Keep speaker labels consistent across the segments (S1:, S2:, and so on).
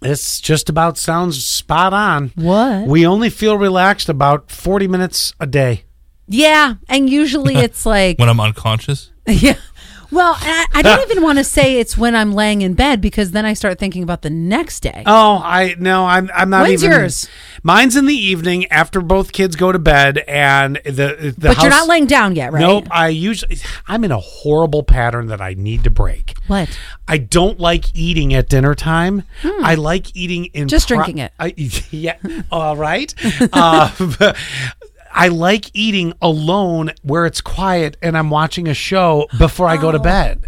S1: This just about sounds spot on.
S2: What?
S1: We only feel relaxed about 40 minutes a day.
S2: Yeah, and usually it's like
S3: when I'm unconscious.
S2: yeah. Well, I, I don't even want to say it's when I'm laying in bed because then I start thinking about the next day.
S1: Oh, I no, I'm I'm not
S2: When's
S1: even.
S2: yours?
S1: Mine's in the evening after both kids go to bed and the the
S2: but you're
S1: house-
S2: not laying down yet, right?
S1: Nope, I usually I'm in a horrible pattern that I need to break.
S2: What?
S1: I don't like eating at dinner time. I like eating in
S2: Hmm. Just drinking it.
S1: I, yeah, all right. uh, I like eating alone where it's quiet and I'm watching a show before I go
S2: Oh.
S1: to bed.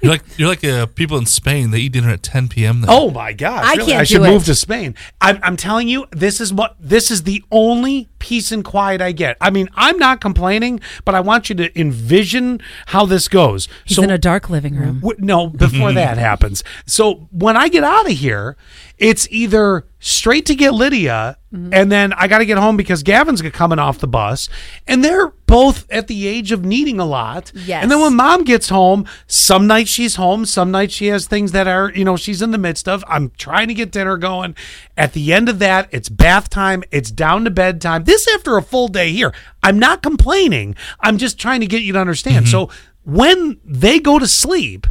S3: You're like you're like uh, people in Spain. They eat dinner at 10 p.m. Then.
S1: Oh my gosh!
S2: I
S1: really?
S2: can't
S1: I should
S2: do it.
S1: move to Spain. I'm, I'm telling you, this is what this is the only peace and quiet I get. I mean, I'm not complaining, but I want you to envision how this goes.
S2: He's in a dark living room.
S1: W- no, before that happens. So when I get out of here, it's either straight to get Lydia, and then I got to get home because Gavin's g- coming off the bus, and they're both at the age of needing a lot.
S2: Yes.
S1: And then when mom gets home, some nights she's home, some nights she has things that are, you know, she's in the midst of. I'm trying to get dinner going. At the end of that, it's bath time, it's down to bedtime. This after a full day here. I'm not complaining. I'm just trying to get you to
S2: Mm-hmm.
S1: understand. So when they go to sleep,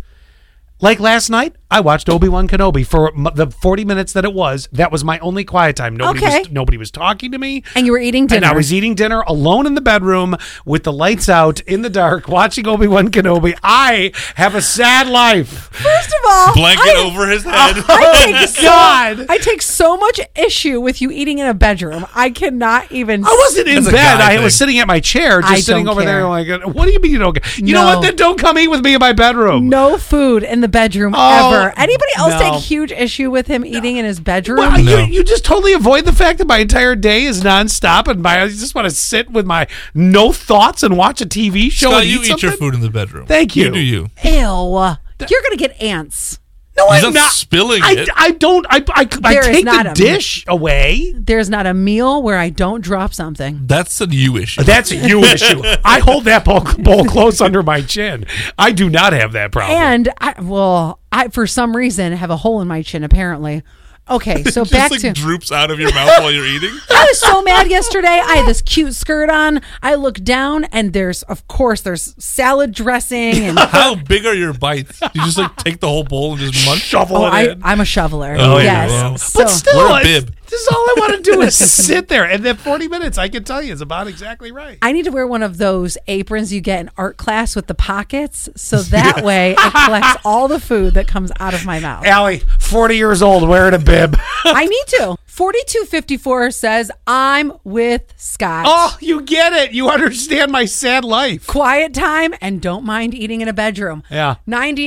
S1: like last night, I watched Obi Wan Kenobi for m- the forty minutes that it was. That was my only quiet time. Nobody
S2: Okay.
S1: was nobody was talking to me,
S2: And you were eating dinner.
S1: and I was eating dinner alone in the bedroom with the lights out in the dark, watching Obi Wan Kenobi. I have a sad life.
S2: First of all,
S3: Blanket
S2: I-
S3: over his head.
S2: I take so,
S1: Oh God.
S2: I take so much issue with you eating in a bedroom. I cannot even.
S1: I wasn't in
S3: That's a
S1: bed. I
S3: guy
S1: was
S3: thing.
S1: sitting at my chair, just
S2: I
S1: sitting
S2: don't
S1: over there.
S2: care.
S1: Like, what do you mean you don't? Get-? You know
S2: No.
S1: what? Then don't come eat with me in my bedroom.
S2: no food in the bedroom
S1: Oh,
S2: ever. Anybody else
S1: no.
S2: take huge issue with him eating in his bedroom?
S1: Well,
S3: No.
S1: you, you just totally avoid the fact that my entire day is nonstop, and my I just want to sit with my no thoughts and watch a TV show.
S3: Scott,
S1: and
S3: you
S1: eat
S3: eat your
S1: something?
S3: food in the bedroom.
S1: Thank you.
S3: You do you.
S2: Ew. You're gonna get ants.
S1: No,
S3: He's
S1: I'm
S3: not spilling
S1: I,
S3: it.
S1: I don't. I, I, I
S2: There is
S1: take the
S2: not a-
S1: dish away.
S2: There's not a meal where I don't drop something.
S3: That's a you issue.
S1: That's a you issue. I hold that bowl, bowl close under my chin. I do not have that problem.
S2: And I well, I for some reason have a hole in my chin apparently. Okay, so
S3: Just
S2: back
S3: like
S2: to
S3: droops out of your mouth while you're eating.
S2: I was so mad yesterday. I had this cute skirt on. I look down and there's of course there's salad dressing and oh,
S3: How big are your bites? You just like take the whole bowl and just munch.
S1: Shovel
S2: Oh,
S1: it
S2: I,
S1: in.
S2: I'm a shoveler.
S3: Oh, yeah,
S2: yes.
S3: well.
S2: So,
S1: but still,
S3: Wear a
S1: it's-
S3: bib.
S1: this is all I want to do is sit there. And then 40 minutes, I can tell you, is about exactly right.
S2: I need to wear one of those aprons you get in art class with the pockets, so that way it collects all the food that comes out of my mouth.
S1: Allie, 40 years old, wearing a bib.
S2: I need to. 4254 says, I'm with Scott.
S1: Oh, you get it. You understand my sad life.
S2: Quiet time and don't mind eating in a bedroom.
S1: Yeah.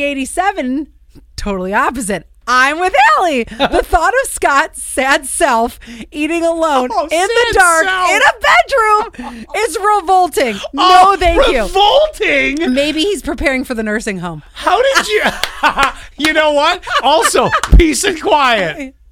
S2: 9087, totally opposite. I'm with Allie. The thought of Scott's sad self eating alone
S1: Oh,
S2: in the
S1: sad
S2: dark
S1: self.
S2: in a bedroom is revolting.
S1: Oh,
S2: no, thank you.
S1: revolting.
S2: Maybe he's preparing for the nursing home.
S1: How did you? you know what? Also, peace and quiet.